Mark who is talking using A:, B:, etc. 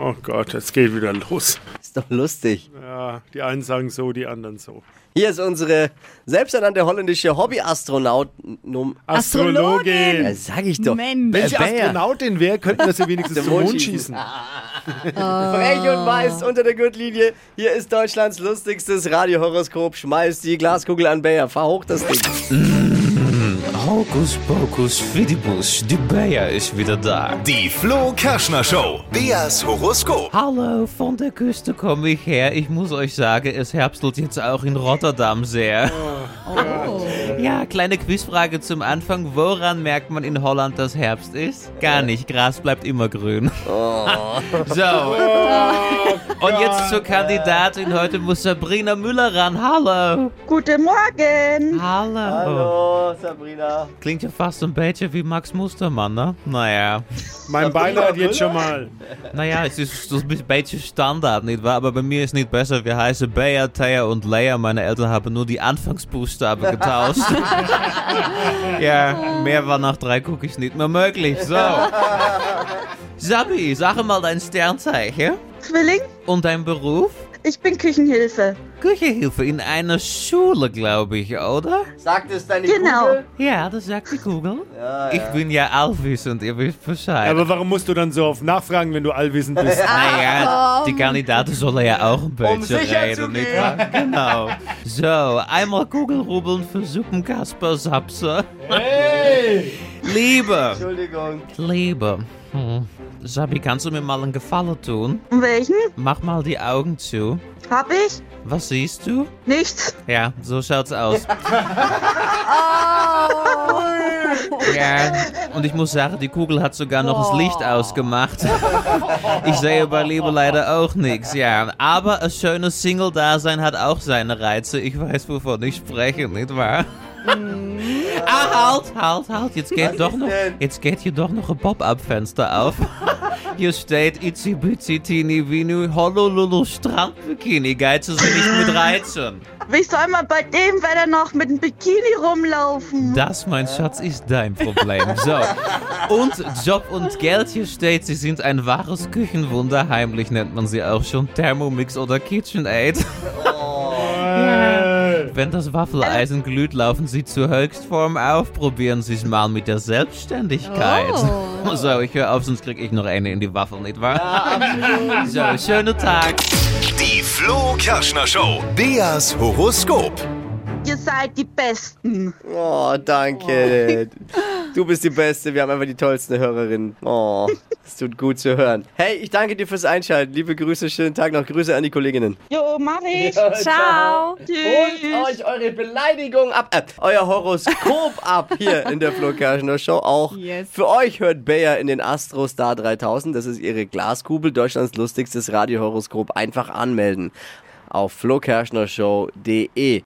A: Oh Gott, es geht wieder los.
B: Ist doch lustig.
A: Ja, die einen sagen so, die anderen so.
B: Hier ist unsere selbsternannte holländische Hobbyastronaut. Num-
A: Ah, Astrologin!
B: Ja, sag ich doch.
C: Mensch.
B: Äh,
A: Wenn sie
B: Bär.
A: Astronautin wäre, Genau könnten wir sie wenigstens zum Mond schießen.
B: Ah. Frech und weiß unter der Gürtellinie. Hier ist Deutschlands lustigstes Radiohoroskop. Schmeiß die Glaskugel an Bayer. Fahr hoch das Ding.
D: Hokus pokus fidibus, die Bea is weer daar.
E: Die Flo Kerschner Show. Beas Horoskop.
D: Hallo, von der Küste komme ich her. Ich muss euch sagen, es herbstelt jetzt auch in Rotterdam sehr. Oh. Ja, kleine Quizfrage zum Anfang. Woran merkt man in Holland, dass Herbst ist? Gar nicht. Gras bleibt immer grün. So. Und jetzt zur Kandidatin. Heute muss Sabrina Müller ran. Hallo.
F: Guten Morgen.
D: Hallo.
B: Hallo, Sabrina.
D: Klingt ja fast ein bisschen wie Max Mustermann, ne? Naja.
A: Mein Beileid jetzt schon mal.
D: Naja, es ist so ein bisschen Standard, nicht wahr? Aber bei mir ist nicht besser. Wir heißen Bayer, Thea und Leia. Meine Eltern haben nur die Anfangsbuchstaben getauscht. ja, mehr war nach drei Cookies nicht mehr möglich. So. Sabi, sag mal dein Sternzeichen
F: Zwilling,
D: und dein Beruf.
F: ich bin Küchenhilfe.
D: Küchehilfe in einer Schule, glaube ich, oder?
B: Sagt es deine
F: Genau.
B: Kugel?
D: Ja, das sagt die Kugel. ich bin ja allwissend, ihr wisst Bescheid.
A: Aber warum musst du dann so oft nachfragen, wenn du allwissend bist?
D: Naja, die Kandidaten sollen ja auch ein
B: Um
D: bisschen
B: sicher zu
D: reden, nicht wahr? Genau. So, einmal Kugelrubbeln für Suppenkasper-Sapse. Liebe,
B: Entschuldigung.
D: Liebe. Hm. Sabi, kannst du mir mal einen Gefallen tun?
F: Und welchen?
D: Mach mal die Augen zu.
F: Hab ich?
D: Was siehst du?
F: Nichts.
D: Ja, so schaut's aus.
B: Oh.
D: Ja, und ich muss sagen, die Kugel hat sogar noch das
B: Oh.
D: Licht ausgemacht. Ich sehe bei Liebe leider auch nichts, ja. Aber ein schönes Single-Dasein hat auch seine Reize. Ich weiß, wovon ich spreche, nicht wahr? Ah, halt, halt, halt. Jetzt geht, doch
B: Mhm. ist
D: noch,
B: denn?
D: jetzt geht hier doch noch ein Pop-Up-Fenster auf. Hier steht Itzi Bitsi Tini Vinu Honolulu Strandbikini. Geize sind nicht mit Reizen.
F: Wie soll man bei dem Wetter noch mit einem Bikini rumlaufen?
D: Das, mein Schatz, ist dein Problem. So. Und Job und Geld hier steht, sie sind ein wahres Küchenwunder. Heimlich nennt man sie auch schon Thermomix oder KitchenAid. Ja. Wenn das Waffeleisen glüht, laufen sie zur Höchstform auf. Probieren sie es mal mit der Selbstständigkeit. So, ich höre auf, sonst krieg ich noch eine in die Waffel, nicht wahr? so, schönen Tag.
E: Die Flo Kerschner Show. Beas Horoskop.
F: Ihr seid die Besten.
B: Oh, danke. Du bist die Beste. Wir haben einfach die tollsten Hörerinnen. Oh, es tut gut zu hören. Hey, ich danke dir fürs Einschalten. Liebe Grüße, schönen Tag noch. Grüße an die Kolleginnen.
F: Jo, mach ich.
C: Ciao.
F: Tschüss.
B: Holt euch eure Beleidigung ab. Äh, euer Horoskop ab hier in der Flo Kerschner Show. Auch
C: Yes.
B: für euch hört Bayer in den Astrostar 3000. Das ist ihre Glaskugel. Deutschlands lustigstes Radiohoroskop. Einfach anmelden auf flokerschnershow.de.